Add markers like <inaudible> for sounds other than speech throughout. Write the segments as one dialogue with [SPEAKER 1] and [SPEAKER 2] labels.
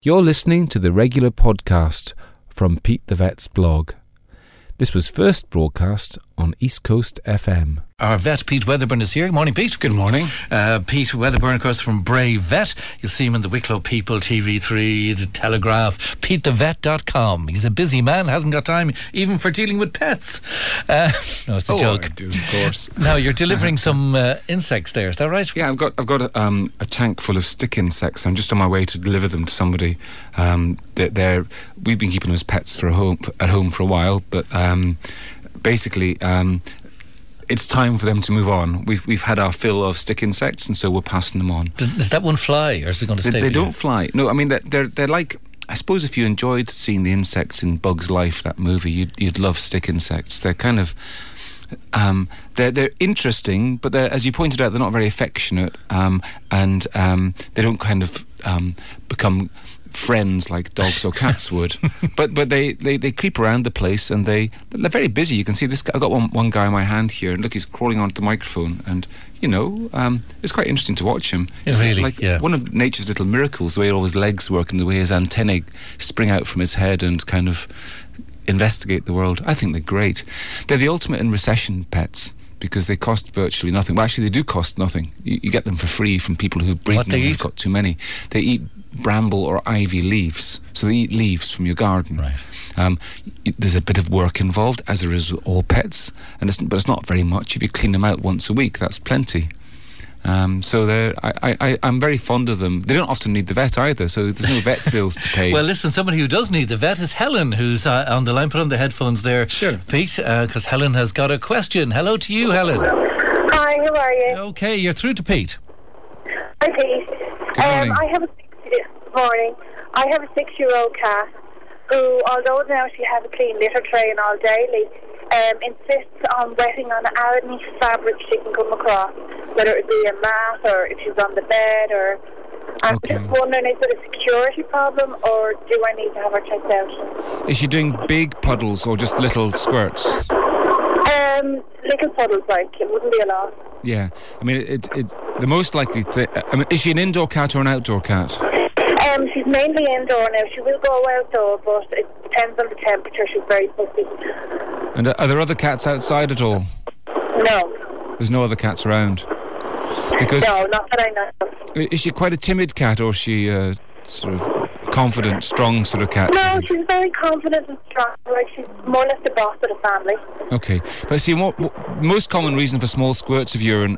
[SPEAKER 1] You're listening to the regular podcast from Pete the Vet's blog. This was first broadcast on East Coast FM.
[SPEAKER 2] Our vet Pete Weatherburn is here. Morning, Pete.
[SPEAKER 3] Good morning.
[SPEAKER 2] Uh, Pete Weatherburn, of course, from Bray Vet. You'll see him in the Wicklow People, TV3, the Telegraph, PeteTheVet.com. He's a busy man, hasn't got time even for dealing with pets. Uh, no, it's a
[SPEAKER 3] oh,
[SPEAKER 2] joke.
[SPEAKER 3] I do, of
[SPEAKER 2] <laughs>
[SPEAKER 3] course.
[SPEAKER 2] Now
[SPEAKER 3] <laughs>
[SPEAKER 2] you're delivering some uh, insects there. Is that right?
[SPEAKER 3] yeah, I've got I've got a, um, a tank full of stick insects. I'm just on my way to deliver them to somebody. Um, they're, they're we've been keeping them as pets for a home at home for a while, but um, basically. Um, it's time for them to move on. We've we've had our fill of stick insects, and so we're passing them on.
[SPEAKER 2] D- Does that one fly, or is it going to
[SPEAKER 3] They,
[SPEAKER 2] stay?
[SPEAKER 3] they
[SPEAKER 2] with you?
[SPEAKER 3] don't fly. No, I mean they're, they're they're like. I suppose if you enjoyed seeing the insects in Bug's Life, that movie, you'd you'd love stick insects. They're kind of. Um, they're they're interesting, but they're, as you pointed out, they're not very affectionate, um, and um, they don't kind of um, become friends like dogs or
[SPEAKER 2] <laughs>
[SPEAKER 3] cats would. But but they, they, they creep around the place and they they're very busy. You can see this. Guy, I've got one one guy in my hand here, and look, he's crawling onto the microphone, and you know, um, it's quite interesting to watch him.
[SPEAKER 2] Yeah,
[SPEAKER 3] It's
[SPEAKER 2] really,
[SPEAKER 3] like
[SPEAKER 2] yeah.
[SPEAKER 3] one of nature's little miracles, the way all his legs work and the way his antennae spring out from his head and kind of investigate the world. I think they're great. They're the ultimate in recession pets because they cost virtually nothing. Well, actually, they do cost nothing. You, you get them for free from people who breed
[SPEAKER 2] What
[SPEAKER 3] them
[SPEAKER 2] they
[SPEAKER 3] who've
[SPEAKER 2] eat?
[SPEAKER 3] got too many. They eat bramble or ivy leaves, so they eat leaves from your garden.
[SPEAKER 2] Right.
[SPEAKER 3] Um, y- there's a bit of work involved, as there is with all pets, and it's, but it's not very much. If you clean them out once a week, that's plenty. Um, so they're, I, I, I, I'm very fond of them. They don't often need the vet either, so there's no vet's bills to pay.
[SPEAKER 2] Well, listen, somebody who does need the vet is Helen, who's uh, on the line. Put on the headphones there,
[SPEAKER 3] Sure.
[SPEAKER 2] Pete, because Helen has got a question. Hello to you, Helen.
[SPEAKER 4] Hi, how are you?
[SPEAKER 2] Okay, you're through to Pete.
[SPEAKER 4] Hi, Pete.
[SPEAKER 3] Good morning.
[SPEAKER 4] Um, I have a six, morning. I have a six-year-old cat who, although now she has a clean litter tray and all daily, um, insists on wetting on any fabric she can come across, whether it be a mat or if she's on the bed or. I'm
[SPEAKER 3] Okay.
[SPEAKER 4] just wondering, is it a security problem or do I need to have her checked out?
[SPEAKER 3] Is she doing big puddles or just little squirts?
[SPEAKER 4] Um, little puddles, like, it wouldn't be a lot.
[SPEAKER 3] Yeah, I mean, it, it, it, the most likely thing. I mean, is she an indoor cat or an outdoor cat?
[SPEAKER 4] Um, she's mainly indoor now. She will go outdoor, but it depends on the temperature. She's very pussy.
[SPEAKER 3] And are there other cats outside at all?
[SPEAKER 4] No,
[SPEAKER 3] There's no other cats around. Because
[SPEAKER 4] no, not that I know. of.
[SPEAKER 3] is she quite a timid cat or is she uh, sort of confident, strong sort of cat?
[SPEAKER 4] No, she's very confident and strong. Like she's more or less the boss of the family.
[SPEAKER 3] Okay, but see, what, what- most common reason for small squirts of urine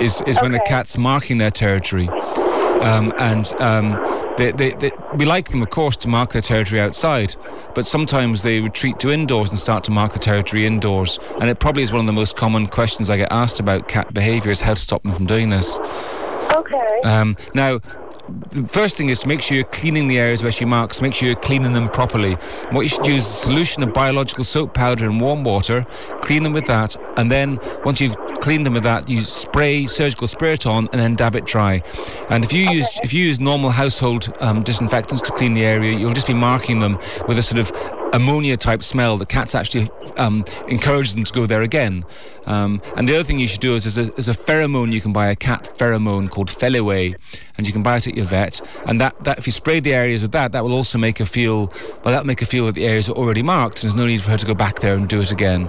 [SPEAKER 3] is is when the
[SPEAKER 4] Okay.
[SPEAKER 3] cat's marking their territory, um, and um, they, they, they, we like them, of course, to mark their territory outside, but sometimes they retreat to indoors and start to mark the territory indoors, and it probably is one of the most common questions I get asked about cat behaviour is how to stop them from doing this.
[SPEAKER 4] Okay.
[SPEAKER 3] Um, now, the first thing is to make sure you're cleaning the areas where she marks, make sure you're cleaning them properly. What you should use is a solution of biological soap powder and warm water, clean them with that, and then once you've cleaned them with that, you spray surgical spirit on and then dab it dry. And if you use if you use normal household um, disinfectants to clean the area, you'll just be marking them with a sort of ammonia type smell, the cats actually um, encourage them to go there again. Um, and the other thing you should do is there's a, there's a pheromone you can buy, a cat pheromone called Feliway, and you can buy it at your vet. And that, that if you spray the areas with that, that will also make her feel well. That'll make her feel that the areas are already marked, and there's no need for her to go back there and do it again.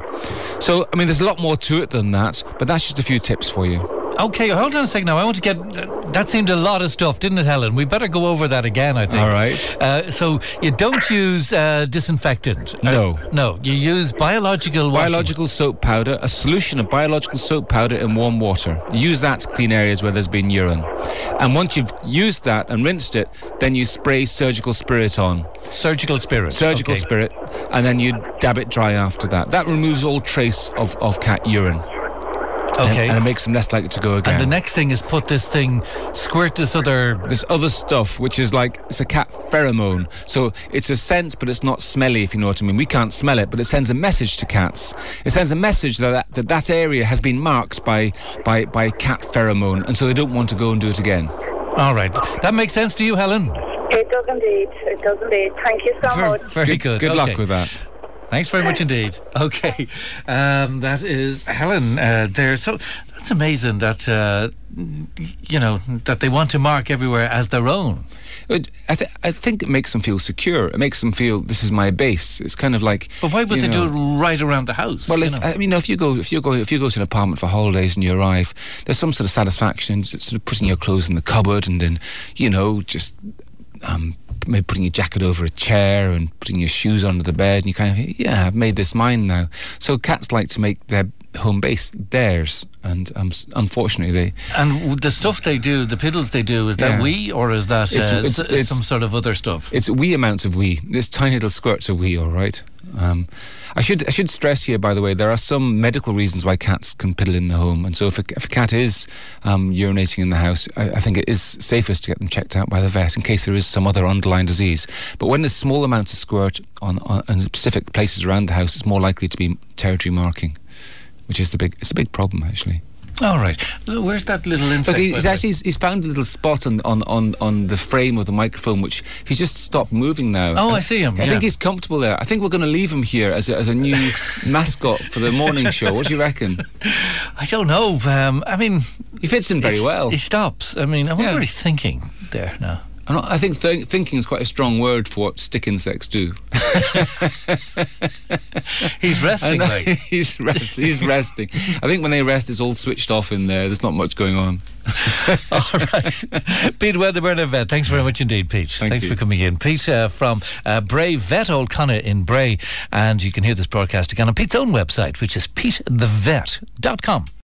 [SPEAKER 3] So I mean, there's a lot more to it than that, but that's just a few tips for you.
[SPEAKER 2] Okay, hold on a second now. I want to get that seemed a lot of stuff, didn't it, Helen? We better go over that again. I think.
[SPEAKER 3] All right.
[SPEAKER 2] Uh, so you don't use uh, disinfectant. Uh,
[SPEAKER 3] No.
[SPEAKER 2] no, you use biological. washing.
[SPEAKER 3] Biological soap powder, a solution of biological soap powder in warm water. Use that to clean areas where there's been urine. And once you've used that and rinsed it, then you spray surgical spirit on.
[SPEAKER 2] surgical spirit.
[SPEAKER 3] Surgical
[SPEAKER 2] Okay.
[SPEAKER 3] spirit, and then you dab it dry after that. That removes all trace of, of cat urine. and-
[SPEAKER 2] Okay.
[SPEAKER 3] And, it makes them less likely to go again.
[SPEAKER 2] And the next thing is put this thing, squirt this other.
[SPEAKER 3] There's other stuff which is like it's a cat pheromone. So it's a scent, but it's not smelly, if you know what I mean. We can't smell it, but it sends a message to cats. It sends a message that that, that, that area has been marked by, by by cat pheromone, and so they don't want to go and do it again.
[SPEAKER 2] All right, that makes sense to you, Helen.
[SPEAKER 4] It does indeed. It does indeed. Thank you so
[SPEAKER 2] Ver-
[SPEAKER 4] much.
[SPEAKER 2] very good.
[SPEAKER 3] Good
[SPEAKER 2] Okay.
[SPEAKER 3] luck with that.
[SPEAKER 2] Thanks very much
[SPEAKER 3] <laughs>
[SPEAKER 2] indeed. Okay, um, that is Helen uh, there. So that's amazing that uh, you know that they want to mark everywhere as their own.
[SPEAKER 3] It- I, th- I think it makes them feel secure. It makes them feel this is my base. It's kind of like.
[SPEAKER 2] But why would
[SPEAKER 3] you
[SPEAKER 2] they
[SPEAKER 3] know,
[SPEAKER 2] do it right around the house?
[SPEAKER 3] Well,
[SPEAKER 2] you
[SPEAKER 3] if,
[SPEAKER 2] know?
[SPEAKER 3] I mean, if you go, if you go, if you go to an apartment for holidays and you arrive, there's some sort of satisfaction in s- sort of putting your clothes in the cupboard and then, you know, just um, maybe putting your jacket over a chair and putting your shoes under the bed, and you kind of, think, yeah, I've made this mine now. So cats like to make their home base theirs, and um, s- unfortunately, they
[SPEAKER 2] and w- the stuff they do, the piddles they do, is that
[SPEAKER 3] Yeah.
[SPEAKER 2] we or is that
[SPEAKER 3] It's-
[SPEAKER 2] uh,
[SPEAKER 3] it's-
[SPEAKER 2] s-
[SPEAKER 3] it's-
[SPEAKER 2] some sort of other stuff?
[SPEAKER 3] It's wee amounts of wee. There's tiny little squirts of wee, all right. Um, I should I should stress here, by the way, there are some medical reasons why cats can piddle in the home, and so if a, if a cat is um, urinating in the house, I, I think it is safest to get them checked out by the vet in case there is some other underlying disease. But when there's small amounts of squirt on, on, on specific places around the house, it's more likely to be territory marking, which is the big it's a big problem actually.
[SPEAKER 2] All right. Look, Where's that little
[SPEAKER 3] Look,
[SPEAKER 2] insect? by <laughs>
[SPEAKER 3] he's
[SPEAKER 2] the way?
[SPEAKER 3] actually he's, he's found a little spot on, on, on, on the frame of the microphone, which he's just stopped moving now.
[SPEAKER 2] Oh, I see him,
[SPEAKER 3] I
[SPEAKER 2] yeah.
[SPEAKER 3] think he's comfortable there. I think we're going to leave him here as a, as a new
[SPEAKER 2] <laughs>
[SPEAKER 3] mascot for the morning show. What do you reckon?
[SPEAKER 2] I don't know. Um, I mean,
[SPEAKER 3] He fits in very
[SPEAKER 2] he s-
[SPEAKER 3] well.
[SPEAKER 2] He stops. I mean, I wonder
[SPEAKER 3] Yeah.
[SPEAKER 2] what he's thinking there now.
[SPEAKER 3] I'm not, I think th- thinking is quite a strong word for what stick insects do. <laughs>
[SPEAKER 2] He's resting.
[SPEAKER 3] And, uh,
[SPEAKER 2] like.
[SPEAKER 3] he's, rest, he's resting. I think when they rest, it's all switched off in there. There's not much going on.
[SPEAKER 2] <laughs> All right. Pete Weatherburn of Vet. Thanks very much indeed, Pete.
[SPEAKER 3] Thank
[SPEAKER 2] Thanks
[SPEAKER 3] you.
[SPEAKER 2] for coming in. Pete uh, from uh, Bray Vet O'Connor in Bray. And you can hear this broadcast again on Pete's own website, which is petethevet.com.